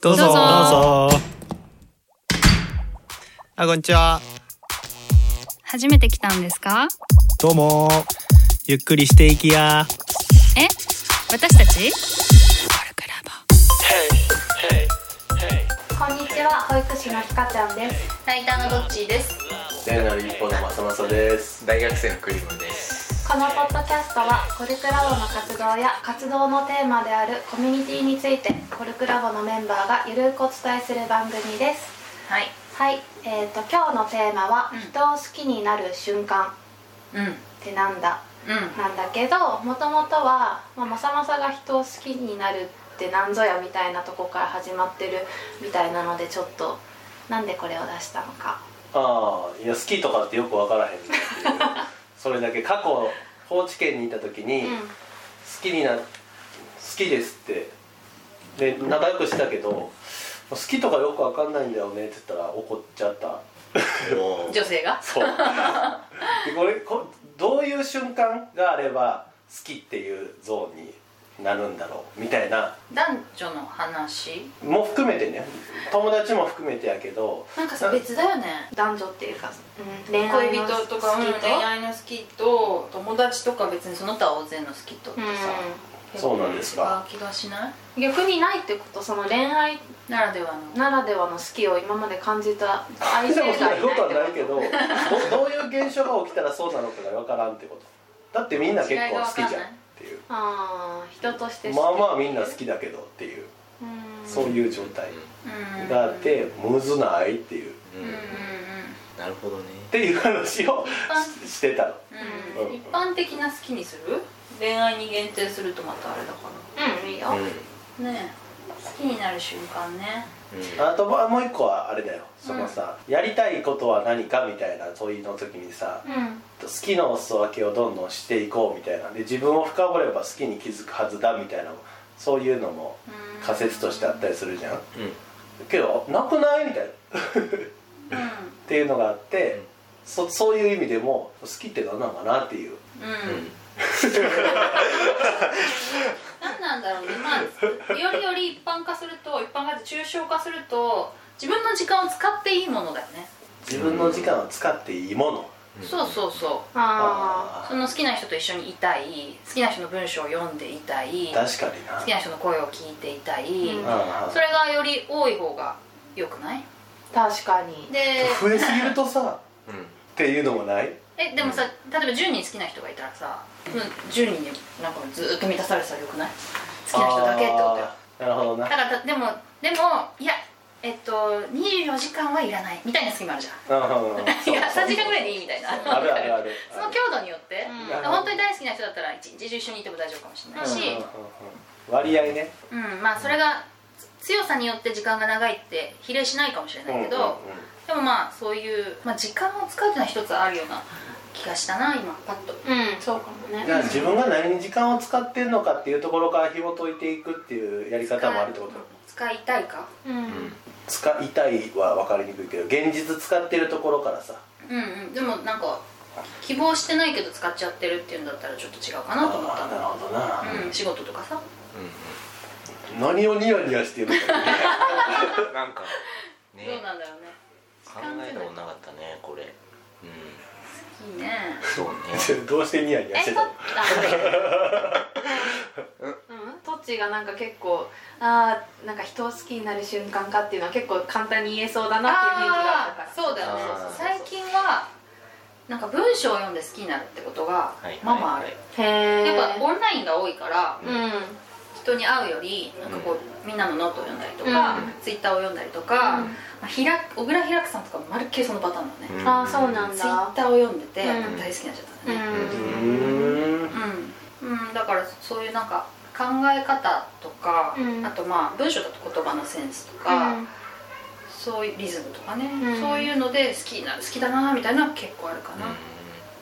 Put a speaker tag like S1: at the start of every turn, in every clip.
S1: どうぞ
S2: どうぞ
S1: あこんにちは
S2: 初めて来たんですか
S1: どうもゆっくりしていきや
S2: え私たち
S3: こんにちは保育士のひかちゃんです
S2: ライターのどっちーです
S4: 大なる一歩のまさまさです大学生のクリムです
S3: このポッドキャストはコルクラボの活動や活動のテーマであるコミュニティについてコルクラボのメンバーがゆるくお伝えする番組です
S2: はい
S3: はい、えー、と今日のテーマは、
S2: うん
S3: 人を好きになる瞬間っ
S2: うんうん
S3: てなんだなんだけどもともとは、まあ、まさまさが人を好きになるってなんぞやみたいなとこから始まってるみたいなのでちょっとなんでこれを出したのか
S4: ああいや好きとかってよくわからへんっていうそれだけ過去高知県にいた時に、
S3: うん
S4: 好きにな好きですってで仲良くしてたけどもう好きとかよくわかんないんだよねって言ったら怒っちゃった
S2: 女性が
S4: そうでこれこどういう瞬間があれば好きっていうゾーンになるんだろうみたいな
S2: 男女の話
S4: も含めてね友達も含めてやけど
S2: なんかさ別だよね
S3: 男女っていうか、うん、恋
S2: 恋
S3: 愛の
S2: 人
S3: 好き
S2: と
S3: と
S2: かうん恋愛の好きと友達とか別にその他大勢の好きとってさ
S4: そうなんですか
S2: 違う気がしない
S3: うん、逆にないってことその恋愛
S2: ならではの
S3: ならではの好きを今まで感じた相
S4: で
S3: 手
S4: も
S3: がい
S4: そ
S3: な
S4: んな
S3: っ
S4: い
S3: てこ
S4: こ
S3: とと
S4: はないけどどど ういう現象が起きたらそうなのかが分からんってことだってみんな結構好きじゃんっていう
S3: ああ人として
S4: まあまあみんな好きだけどっていう
S3: うん
S4: そういう状態
S2: うん
S4: があってむずないっていうっ
S5: うん
S2: うんうんうん
S5: なるほどね
S4: ていう話をししてたの
S2: うんうん一般的な好きにする恋愛に限定するとまたあれだか
S3: うんいいよ、
S5: うん
S2: らねえ好きになる瞬間ね
S4: あとまあもう一個はあれだよそのさ、やりたいことは何かみたいな問いの時にさ
S3: うん
S4: 好きのお裾分けをどんどんしていこうみたいなで自分を深掘れば好きに気づくはずだみたいなそういうのも
S2: うん
S4: 仮説としてあったりするじゃん
S5: うんうん
S4: けどなくないみたいな
S2: う
S4: っていうのがあって、
S5: うん
S4: そそういう意味でも好きって何なのかなっていうん
S5: う
S2: うん
S5: ん
S2: 何なんだろうねまあよりより一般化すると一般化って抽象化すると自分の時間を使っていいものだよね、
S4: 自分の時間を使っていいもの、
S2: そうそうそう
S3: あ
S2: その好きな人と一緒にいたい好きな人の文章を読んでいたい
S4: あ
S2: 好
S4: 確かにな
S2: きな人の声を聞いていたい、
S3: うん
S4: あ
S2: それがより多い方が良くない
S3: あ確かに
S2: で
S4: あ増えすぎるとさっていうのもない
S2: えでもさ例えば10人好きな人がいたらさ、うん、10人でなんかずっと満たされてたらよくない好きな人だけってことよ
S4: あーなるほど
S2: だ
S4: な
S2: からたでもでもいやえっと24時間はいらないみたいな隙間あるじゃん
S4: うん
S2: いや3時間ぐらいでいい
S4: い
S2: みたいな
S4: あるあるある
S2: その強度によって、
S3: うん
S2: だから本当に大好きな人だったら一日中一緒にいても大丈夫かもしれないし、
S4: 割合ね
S2: うんまあそれがつ強さによって時間が長いって比例しないかもしれないけど、
S4: うんうんうん
S2: でもまあそういう、まあ、時間を使うっていうのは一つあるような気がしたな今パッと
S3: うんそうかもね
S4: じゃあ自分が何に時間を使ってるのかっていうところから紐解いていくっていうやり方もあるってこと
S2: 使いたいか
S3: うん
S4: 使いたいは分かりにくいけど現実使ってるところからさ
S2: うんうんでもなんか希望してないけど使っちゃってるっていうんだったらちょっと違うかなと思った
S4: あーなる
S2: の
S4: ほどな、
S2: うん仕事とかさ
S4: 何をニヤニヤしてるのかね
S5: うんなんかね
S2: どうなんだろうね
S5: 考えたことなかったねこれうん
S2: いいね
S5: そうね
S4: どうしてニヤニヤ
S3: え
S4: して
S3: と
S4: た
S3: あ
S4: の
S3: うんトッチーがなんか結構あーなんか人を好きになる瞬間かっていうのは結構簡単に言えそうだなっていうイメージがあったか
S2: ああ
S3: ら
S2: ーそうだよね
S5: あー
S2: 最近はなんか文章を読んで好きになるってことが
S5: はいはい
S2: まあまあある、
S3: へえ
S2: やっぱオンラインが多いから
S3: うん
S2: 人に会うよりなんかこう、みんなのノートを読んだりとか、
S3: うん
S2: ツイッターを読んだりとか、
S3: うん
S2: まあ、ひら小倉ひらくさんとかもまるっきりそのパターンだね、
S3: あーそうなん
S2: ツイッ
S3: だ
S2: ターを読んでて、
S3: うん
S2: 大好きになっちゃった
S3: うん
S2: ね、
S4: うん
S2: うん、うん、だからそういうなんか考え方とか、
S3: うん
S2: あとまあ文章だと言葉のセンスとか、
S3: あ
S2: そういうリズムとかね、
S3: うん
S2: そういうので好きな好きだなみたいなのは結構あるかな、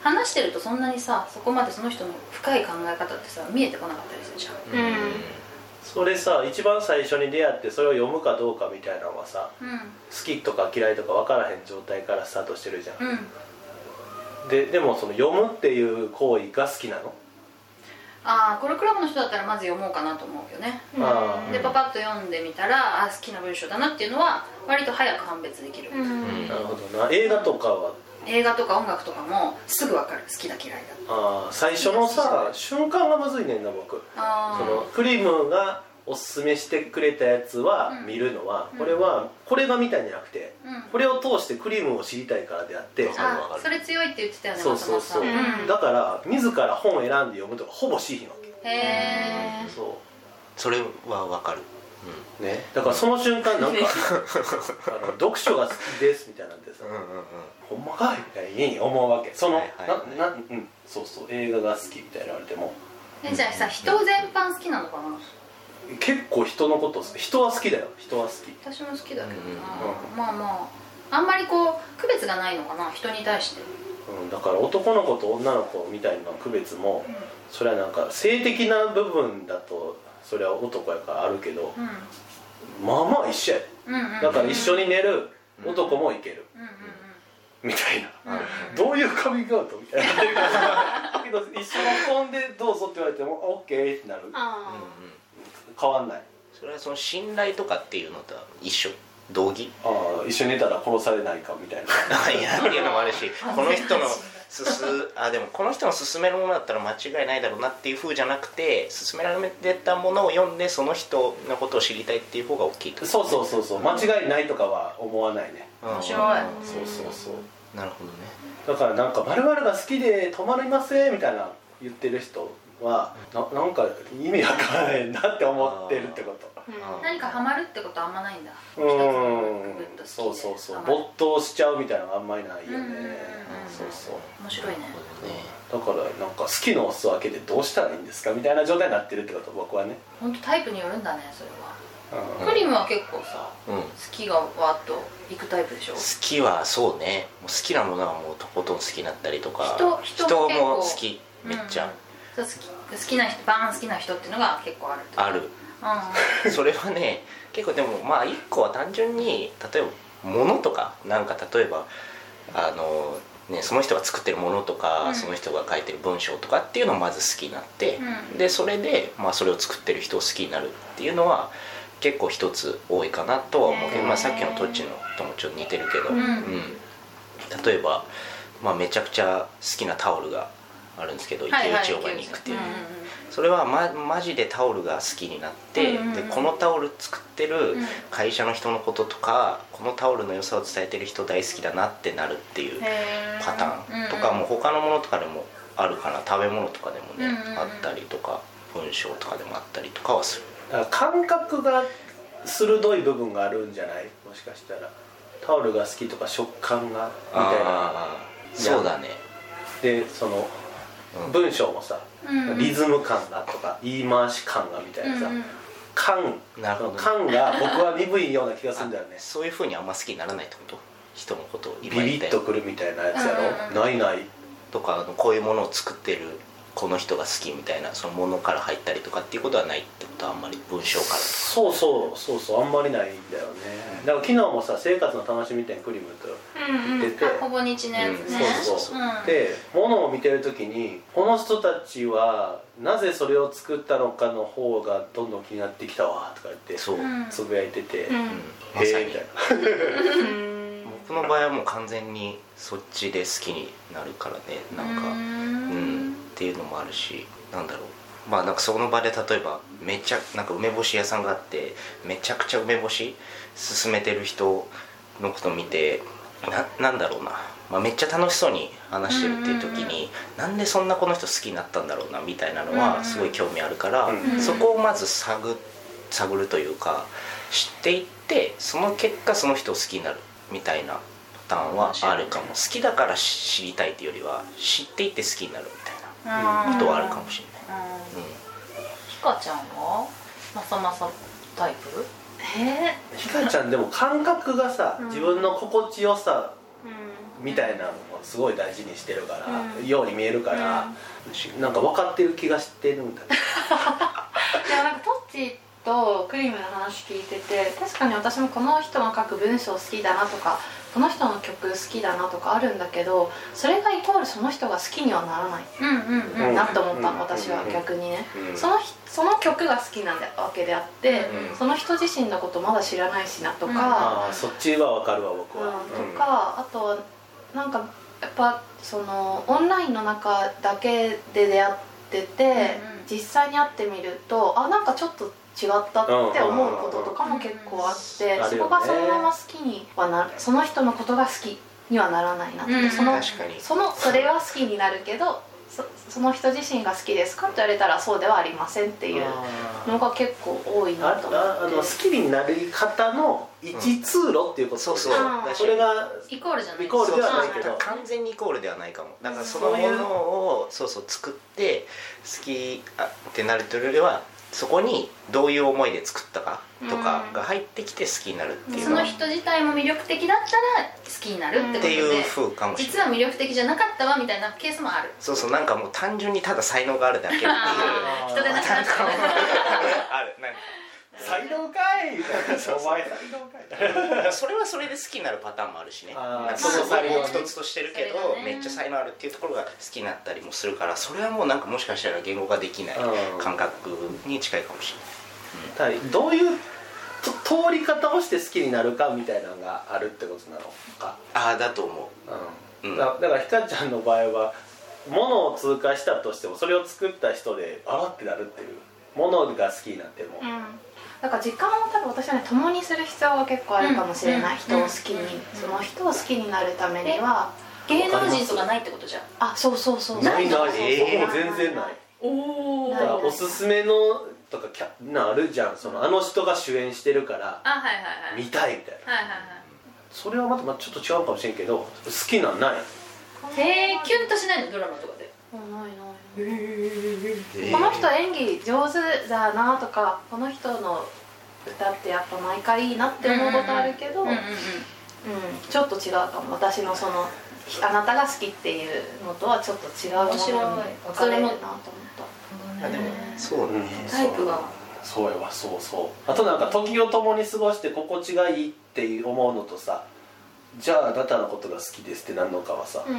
S2: 話してるとそんなにさそこまでその人の深い考え方ってさ見えてこなかったりするじゃん
S5: うんうん
S4: それさ一番最初に出会ってそれを読むかどうかみたいなのはさ
S2: う
S4: 好きとか嫌いとか分からへん状態からスタートしてるじゃん、
S2: んうん
S4: ででもその読むっていう行為が好きなの
S2: ああこれクラブの人だったらまず読もうかなと思うよね
S4: あー
S2: でパパッと読んでみたらあ好きな文章だなっていうのは割と早く判別できる、
S3: うん
S5: ん
S4: なるほどな映画とかは
S2: 映画とか音楽とかもすぐ分かる好きだ嫌いだ
S4: あー最初のさ瞬間がむずいねんな僕その
S2: あ
S4: クリムがおすすめしてくれたやつは見るのは、
S2: うん
S4: これはこれが見たんじゃなくて
S2: あ、うん、
S4: これを通してクリムを知りたいからであって
S5: それは分か
S2: あ
S5: る
S2: それ強いって言ってたよね
S4: そうそうそう、
S2: 松本さんん
S4: だから自ら本を選んで読むとかほぼしいの
S2: へえ
S4: そ
S5: それはわかる
S4: うねだからその瞬間なんか、
S2: ね
S4: あの読書が好きですみたいなんでさ、
S5: うんうんうん
S4: ほんまかいみたいに思うわけその、
S5: はいはいはい
S4: ななうんそうそう映画が好きみたいな言われても
S2: えじゃあさ人全般好きなのかな
S4: 結構人のこと好き人は好きだよ人は好き
S2: 私も好きだけどな、
S4: う
S2: まあまああんまりこう区別がないのかな人に対して、
S4: うん、だから男の子と女の子みたいな区別もそれはなんか性的な部分だとそれは男やからあるけど
S2: うん
S4: まあまあ一緒やで
S2: うんうんうん、
S4: だから一緒に寝る
S5: うん
S4: 男もいける
S2: うんうん
S4: みたいな
S2: うんうん
S4: どういうカミングアウトみたいなだけど一緒の婚でどうぞって言われてもあオッケーってなる
S5: うんう
S3: あ
S5: ん
S4: 変わんない
S5: それはその信頼とかっていうのとは一緒同義
S4: ああ一緒に寝たら殺されないかみたいな
S5: いやっていう のもあるしこの人のすすあでもこの人の勧めるものだったら間違いないだろうなっていう風じゃなくて勧められてたものを読んでその人のことを知りたいっていう方が大きいと
S4: そうそうそうそう間違いないとかは思わないね
S5: 面
S2: 白い
S4: そうそうそう
S5: なるほどね
S4: だからなんか「〇〇が好きで止まりません」みたいな言ってる人はななんか意味わからないなって思ってるってこと
S3: うん
S2: 何かハマるってことあんまないんだ
S4: う
S2: 一つのグッ
S4: ん
S2: と好きで
S4: そうそうそう
S2: ハマる
S4: 没頭しちゃうみたいなのがあんまりないよ
S2: うんうんうんうん
S4: ねそうそう
S2: 面白いね
S5: なるほどね
S4: だからなんか好きのお裾分けでどうしたらいいんですかみたいな状態になってるってこと僕はね、
S2: 本当タイプによるんだねそれ
S4: うん
S2: は、クリムは結構さ
S5: うん
S2: 好きがわーっといくタイプでしょ
S5: 好きはそうねもう好きなものはもうとことん好きになったりとか
S2: 人人も結構
S5: も好きめっちゃ
S2: うんそう好き好きな人バーン好きな人っていうのが結構あるってこと
S5: ある、
S2: う
S5: それはね結構でもまあ一個は単純に例えば物とかなんか例えばあの、ね、その人が作ってるものとか、
S2: うん
S5: その人が書いてる文章とかっていうのをまず好きになって、
S2: うん
S5: でそれで、まあ、それを作ってる人を好きになるっていうのは結構一つ多いかなとは思うけど、まあ、さっきのトッチのともちょっと似てるけど、
S2: んうん
S5: うん、例えば、まあ、めちゃくちゃ好きなタオルがあるんですけど池
S2: はいはい
S5: 内ヨガに行くっていう、
S2: うんうん
S5: それは、ま、マジでタオルが好きになっ
S2: うん
S5: て、
S2: うんうん
S5: でこのタオル作ってる
S2: うん
S5: 会社の人のこととかこのタオルの良さを伝えてる人大好きだなってなるっていう
S2: うんへー
S5: パターンとかも他のものとかでもあるかな食べ物とかでもね、
S2: うんうんうん
S5: あったりとか文章とかでもあったりとかはする
S4: だから感覚が鋭い部分があるんじゃないもしかしたらタオルが好きとか食感がみたいな
S5: みたいなそうだね
S4: でその
S5: うん
S4: 文章もさ、
S2: うんうん
S4: リズム感がとか言い回し感がみたいなさ、
S2: うんうん
S4: 感
S5: なるほどね
S4: 感が僕は鈍いような気がするんだよね
S5: そういうふうにあんま好きにならないってこと人のことを
S4: ビ
S5: いっぱい
S4: ビ
S5: 言って
S4: ッとくるみたいなやつやろ、
S2: うん
S4: ないない
S5: とかあのこういうものを作ってるこの人が好きみたいなそのものから入ったりとかっていうことはないってことはあんまり文章から
S4: そうそうそうそうあんまりないんだよねだから昨日もさ「生活の楽しみ展クリムと」
S3: うん
S4: 出
S3: うん
S4: て、
S2: あほぼ日のやつね、
S5: うん
S4: そうそうそう、
S2: うん
S4: で物を見てる時にこの人たちはなぜそれを作ったのかの方がどんどん気になってきたわとか言って
S5: そう、
S2: うん
S4: つぶやいて
S3: う
S4: て、へ
S5: うん
S3: ん
S5: まさ
S4: え
S5: に
S4: みたいな
S3: うん
S5: 僕の場合はもう完全にそっちで好きになるからねなんかうんっていうのもあるしなんだろうまあなんかその場で例えばめちゃなんか梅干し屋さんがあってめちゃくちゃ梅干し勧めてる人のこと見てななんだろうな、まあ、めっちゃ楽しそうに話してるっていう時
S2: うんうん
S5: になんでそんなこの人好きになったんだろうなみたいなの
S2: うんう
S5: は
S2: ん
S5: すごい興味あるから、
S4: うん
S5: そこをまず探探るというか知っていってその結果その人を好きになるみたいなパターンはあるかも好きだから知りたいっていうよりは知っていって好きになるみたいな
S2: うん
S5: ことはあるかもしれない、
S2: うん
S5: う
S2: ひかちゃんはまさまさタイプ
S3: え
S4: ひかちゃんでも感覚がさ
S3: うん
S4: 自分の心地よさ
S3: ー
S4: みたいなのをすごい大事にしてるから、
S3: うん
S4: ように見えるから、なんか分かってる気がしてるんだけど
S3: でもなんかトッチっとクリームの話聞いてて確かに私もこの人の書く文章好きだなとかこの人の曲好きだなとかあるんだけどそれがイコールその人が好きにはならない
S2: うんうんうん
S3: なと思ったの
S4: うん
S3: 私は逆にね
S5: うん
S3: その人その曲が好きなんだわけであって
S5: うん
S3: その人自身のことまだ知らないしなと
S2: うん
S3: か。
S4: ああそっちはわかるわ僕は、
S3: うんとかあとなんかやっぱそのオンラインの中だけで出会ってて、
S2: うん
S3: 実際に会ってみるとあなんかちょっと違ったって思うこととかも結構あって、
S4: うんある
S3: そ
S4: よ
S3: こ
S4: ね
S3: がそのまま好きにはなその人のことが好きにはならないなって、
S2: うん
S3: その
S5: 確かに
S3: そのそれは好きになるけどそその人自身が好きですかと言われたらそうではありませんっていうのが結構多いな
S4: あ
S3: と思
S4: ああの
S3: っ
S4: 好
S3: て。
S4: きになり方の一通路っていうこと
S5: そうそう
S3: あー
S5: だし
S4: それが
S2: イコールじゃない
S4: イコールでは
S5: そう
S4: ないけど
S5: 完全にイコールではないかもだからその
S4: そうい
S5: も
S4: う
S5: のをそうそう作って好きあってなるというよりはそこにどういう思いで作ったかとかが入ってきて好きになるっていう
S2: そ
S5: の
S2: の
S5: は
S2: 人自体も魅力的だったら好きになるってこと
S5: っ
S2: で
S5: ていう風かもしれ
S2: 実
S5: ない
S2: は魅力的じゃなかったわみたいなケースもある
S5: そうそうなんかもう単純にただ才能がある だけっていう
S2: あー人でなくなっちゃう
S5: あるなんか
S4: 才能 かいみたいな
S5: そうそう
S4: お前才能かい
S5: それはそれで好きになるパターンもあるしね
S4: あー
S5: なんかそこ
S4: まあ
S5: が
S4: ね
S5: 僕とつとしてるけ
S2: そ
S5: ど
S2: れがね
S5: めっちゃ才能あるっていうところが好きになったりもするからそれはもうなんかもしかしたら言語化できない
S4: うん
S5: 感覚に近いかもし
S4: だからどういうと通り方をして好きになるかみたいなのがあるってことなのか、
S5: れないああだと思
S4: う、
S5: うんん
S4: だだからひかちゃんの場合は物を通過したとしてもそれを作った人であらってなるっていう物が好きになっても、
S3: うんだから時間を多分私はね共にする必要は結構あるかもしれない、
S2: うん
S3: 人を好きに、
S2: うん
S3: その人を好きになるためには
S2: 芸能人とかないってことじゃん
S3: あそうそうそう
S4: ないない、
S5: えー
S4: 僕も全然ない
S2: お
S3: ー
S4: だからおすすめのとかキャなあるじゃんそのあの人が主演してるから
S2: あはいはいはい
S4: 見たいみたいな
S2: はい
S4: それはまたまあちょっと違うかもしれんけど好きなんない
S2: はいはいへえキュンとしないのドラマとかで
S3: うんないないない
S5: え
S3: この人演技上手だなとかこの人の歌ってやっぱ毎回いいなって思うことあるけど、うんちょっと違うかも私のそのひあなたが好きっていうのとはちょっと違うものに
S2: 面白い
S3: 分かれるなと思っ
S5: あでもそうね
S2: タイプが
S4: そうやわそうそうあとなんか時を共に過ごして心地がいいって思うのとさじゃああなたのことが好きですってなるのかはさ
S3: た、、うん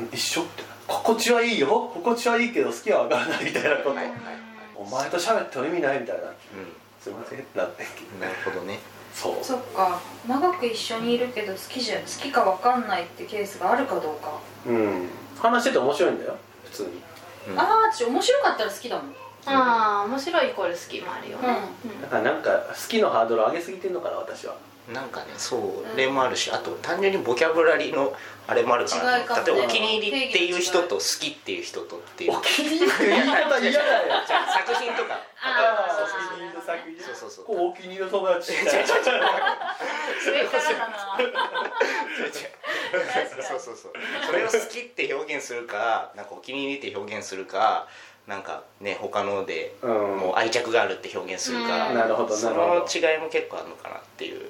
S4: うん一緒って心地はいいよ心地はいいけど好きは分からないみたいなこと、
S5: はいはいはい
S4: お前と喋っても意味ないみたいな
S5: う
S4: すいませんなってんけど
S5: んなるほどね
S4: そう
S2: そっか長く一緒にいるけど好きじゃ好きか分かんないってケースがあるかどうか、
S4: うん話してて面白いんだよ普通に
S5: うん
S2: ああ私面白かったら好きだもん
S3: ああ面白いイコール好きもあるよね、うん
S4: だからなんか好きのハードル上げすぎてんのかな私は
S5: なんかねそれもあるしあと単純にボキャブラリーのあれもあるかな
S2: 違いかもね
S5: 例えばお気に入りっていう人と好きっていう人とっていう
S4: お気に入りって言い方嫌だよ
S5: じゃあ作品とか
S2: あー
S5: そうそ
S4: お気に
S5: う
S4: 入りの作品
S5: そうそうそう
S4: こうお気に入りの友達みたいな
S2: それからだな
S5: 違う違うそうそうそうそれを好きって表現するかなんかお気に入りって表現するかなんかね他ので
S4: うん
S5: もう愛着があるって表現するか、
S2: うん
S4: なるほど
S5: そ
S4: なるほど
S5: の違いも結構あるのかなっていう、
S4: うん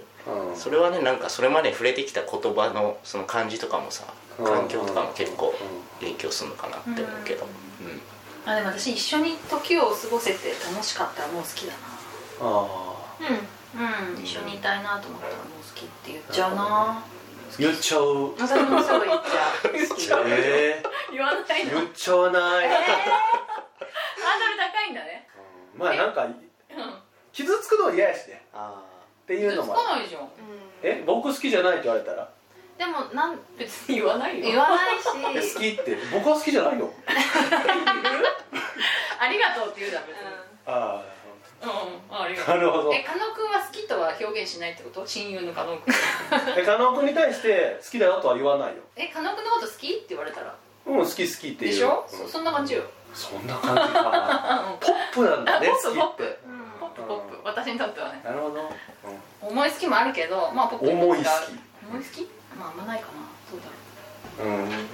S5: それはねなんかそれまで触れてきた言葉のその感じとかもさ
S4: うん
S5: 環境とかも結構
S4: う
S5: 影響するのかなって思うけど、うん
S2: あでも私一緒に時を過ごせて楽しかったらもう好きだ
S4: ああ
S3: うん
S2: なうん一緒にいたいなと思ったらもう好きって言っちゃうな
S4: 言っちゃう
S3: 私もすぐ言っちゃう好き
S4: え
S2: 言わない
S4: ー、
S2: のハード
S4: 言っちゃわない、
S2: ル高いんだね
S4: うんまあなんか傷つくのは嫌やしね
S5: あ
S4: っていうのもある
S2: ないじゃん
S3: うん
S4: え僕好きじゃないって言われたら
S3: でもなん
S2: 別に言わない
S3: 言わない
S4: え
S3: し
S4: 好きって僕は好きじゃないよ
S2: ありがとうって言うだ別
S4: あ
S2: うんあり
S4: あなるほど
S2: え加納君は好きとは表現しないってこと親友の加 納君
S4: え加納君に対して好きだよとは言わないよ
S2: え加納君のこと好きって言われたら
S4: うん好き好きっていう
S2: でしょ、
S4: うん
S2: そそんな感じよ
S4: そんな感じかなポップなんだね
S2: あ
S4: 好
S2: ポ
S4: き
S2: ップ
S4: って
S3: うんうん
S2: ポップポップ私にとってはね
S4: なるほど、
S2: 思い好きもあるけどまあポップ
S4: うん、重い好
S2: 思い好きまああんまないかなどうだろう
S4: きうん
S2: うんうん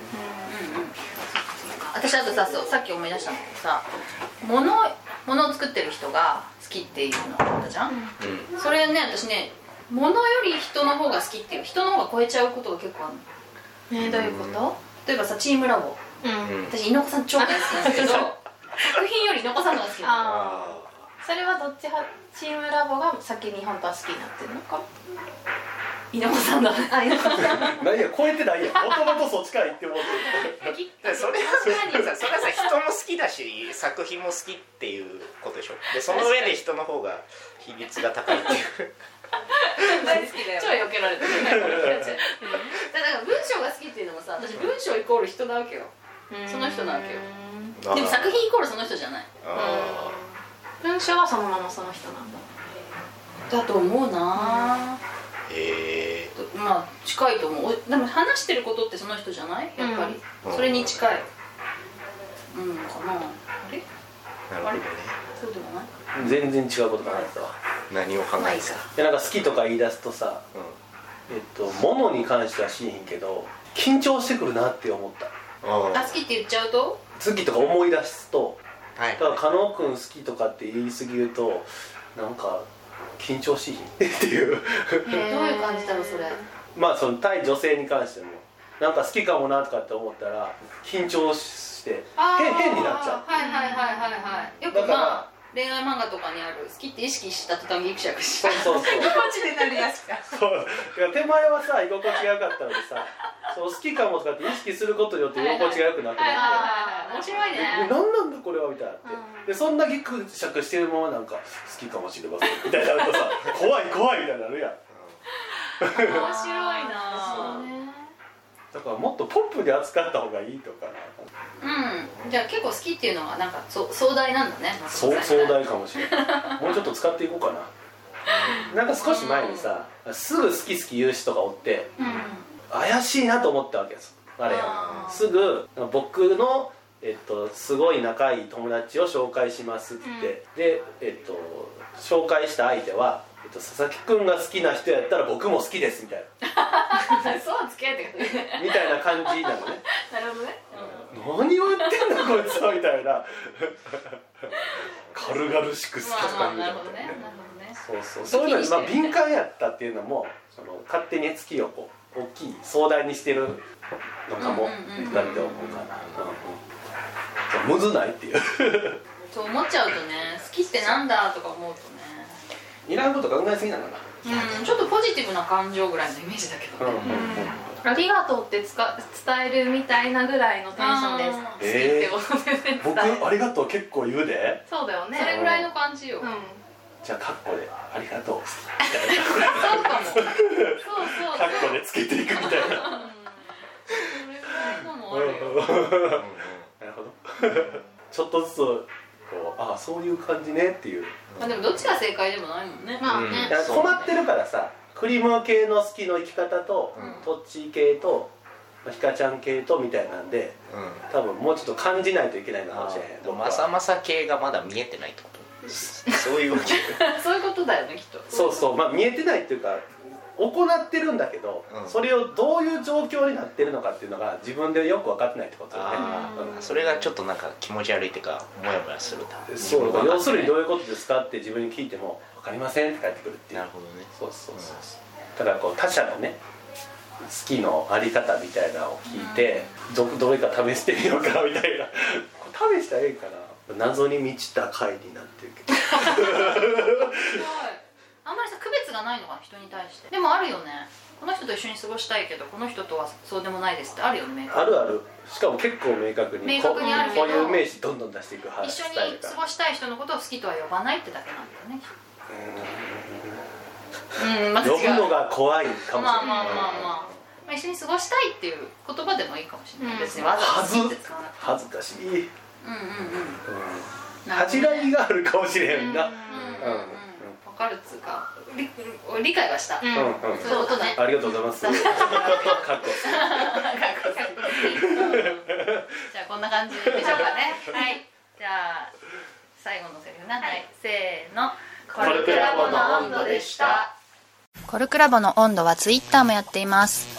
S2: 私あとさそうさっき思い出したんだけどさ物物を作ってる人が好きっていうのあったじゃん、
S5: ーうん
S2: それね私ね物より人の方が好きっていう人の方が超えちゃうことが結構あるの
S3: ねえどういうこと
S2: 例えばさチームラボ
S3: うん
S5: うん
S2: 私猪子さん超大好きなんですけど作品より猪子さんの方が好きなの
S3: あ
S5: あ
S3: それはどっち派チームラボが先に本当は好きになってるのか
S2: 稲穂さんだ
S3: あいや
S4: 何や超えてないやんもともとそっちから言ってもらって
S5: でそれはさそれはさ人も好きだし作品も好きっていうことでしょでその上で人の方が比率が高いっていう
S2: 大好きだよ
S6: 超避けられてる だから文章が好きっていうのもさ私文章イコール人なわけよその人なわけよでも作品イコールその人じゃない
S5: あ
S3: 文章はそのままその人なんだ
S2: だと思うな
S5: ーへえ
S2: まあ近いと思うおでも話してることってその人じゃないやっぱり、
S5: うん
S2: それに近いうんかなあれ
S5: なるほどね
S2: そうでもない
S4: 全然違うこと考えてたわ
S5: 何を考えてた
S4: でなんか好きとか言い出すとさ
S5: うん
S4: えっと物に関してはしへんけど緊張してくるなって思った
S5: あ
S2: あ好きって言っちゃうと
S4: 好きとか思い出すと
S5: ーは
S4: だ
S5: い
S4: から加納君好きとかって言い過ぎるとなんか緊張しへんっていう
S3: ど う
S2: どういう感じだろうそれ
S4: まあその対女性に関してもなんか好きかもなとかって思ったら緊張して変変になっちゃう
S2: はいはいはいはいはいよ
S4: だ
S2: く
S4: から
S2: まあ恋愛漫画とかにある好きって意識した途端ギクシャクし
S4: そうそうそう
S3: マジでなりやすか
S4: そういや手前はさ居心地が良かったのでさそう好きかもとかって意識することによって居心地が良くなくなって、
S2: はいはいはい面白い
S4: ええ
S2: ね
S4: 何なんだこれはみたいになっ
S3: う
S4: て、
S3: ん
S4: でそんなぎくしゃくしてるままなんか好きかもしれませんみたいになるとさ怖い怖いみたいになるやん
S2: 面白いな
S4: だからもっとポップに扱った方がいいとかな
S2: うんじゃあ結構好きっていうのはなんかそ壮大なんだね
S4: そう壮大かもしれないもうちょっと使っていこうかななんか少し前にさすぐ好き好き言う人がおって
S2: うんうん
S4: 怪しいなと思ったわけですあれ
S2: あー
S4: すぐ僕の、えっと、すごい仲いい友達を紹介しますって言って、で、えっと、紹介した相手は、えっと、佐々木くんが好きな人やったら僕も好きですみたい
S6: そう付き合いってことね
S4: なみたいな感じなのね
S6: なるほどね
S4: 何を言ってんだこいつはみたい な軽々しく好きと
S2: まあま
S4: か
S2: あ
S4: みた
S2: ないる
S4: な
S2: ほどねなるほどね
S4: そうそうそういうのに、まあ、敏感やったっていうのもその勝手に好きをこう大きい壮大にしてるのかも
S2: うんうんうんうん
S4: だって思うかな、うんうんそうむずないっていう
S2: そう思っちゃうとね好きってなんだとか思うとね
S4: いらんこと考えすぎなのか
S2: うんちょっとポジティブな感情ぐらいのイメージだけど
S4: な、うんうん
S2: ね
S4: うん
S3: ありがとうってつか伝えるみたいなぐらいのテンションです
S2: あ
S3: 好きっ
S2: ー
S3: てことでね
S4: 僕
S3: 伝える
S4: ありがとう結構言うで
S3: そうだよ
S2: それ
S3: ね
S2: ぐらいの感じよ、
S3: うん
S4: じゃあカッコでありがとう
S2: そうかもそうそう
S4: カッコでつけていくみたいな
S2: それぐらいのも
S4: う
S2: あ
S4: ん
S2: る
S4: うん
S2: よ
S4: うん
S5: うん
S4: なるほど ちょっとずつこうああそういう感じねっていう
S2: まあでもどっちが正解でもないもんね
S3: まあ
S5: うん
S3: ね
S4: いや困ってるからさクリム系の好きの生き方と、
S5: うん
S4: トッチー系とまあひかちゃん系とみたいなんで
S5: うんうん
S4: 多分もうちょっと感じないといけないのかもしれへん
S5: でも
S4: 僕は
S5: まさまさ系がまだ見えてないってことそうい うわけ
S2: そういうことだよねきっと
S4: そうそうまあ見えてないっていうか行ってるんだけど、
S5: うん
S4: それをどういう状況になってるのかっていうのが自分でよく分かってないってことよね
S5: あ
S3: ー
S5: それがちょっとなんか気持ち悪いっていうかモヤモヤする
S4: うん
S5: な
S4: そう
S5: 分かんない
S4: 要するにどういうことですかって自分に聞いても「分かりません」って返ってくるっていう
S5: なるほどね
S4: そうそうそうそうだからこう他者のね好きのあり方みたいなのを聞いて、どどれか試してみようかみたいなこれ試したらいいかな謎に満ちた回になってるけど
S2: あんまりさ区別がないのかな人に対してでもあるよねこの人と一緒に過ごしたいけどこの人とはそうでもないですってあるよね明確
S4: あるあるしかも結構明確に
S2: 明確にあるけ
S4: こ
S2: ど
S4: うこういう名詞どんどん出していく
S2: に
S4: 話
S2: 一緒
S4: スタイ
S2: に
S4: ルが
S2: 過ごしたい人のことを好きとは呼ばないってだけなんだよねうんまた違
S4: 呼ぶ
S2: う
S4: のが怖いかもしれない、
S2: まあまあまあまあ、まあ、一緒に過ごしたいっていう言葉でもいいかもしれない、
S3: うん
S2: 別にわざわ
S4: 恥
S2: ざ好き
S4: ず
S2: って使わなくて
S4: 恥ずかしい、うん、
S2: うんうんうん
S4: 恥じらいがあるかもしれへんな、
S2: うんうんうんわかるっつうか理理解はした、
S3: うん
S4: うんうん
S2: そういうことね
S4: ありがとうございます かっこ
S2: じゃあこんな感じでしょうかねはいじゃあ最後のセリフなはい、せーのコ
S4: ルクラボの温度でした
S6: コルクラボの温度はツイッターもやっています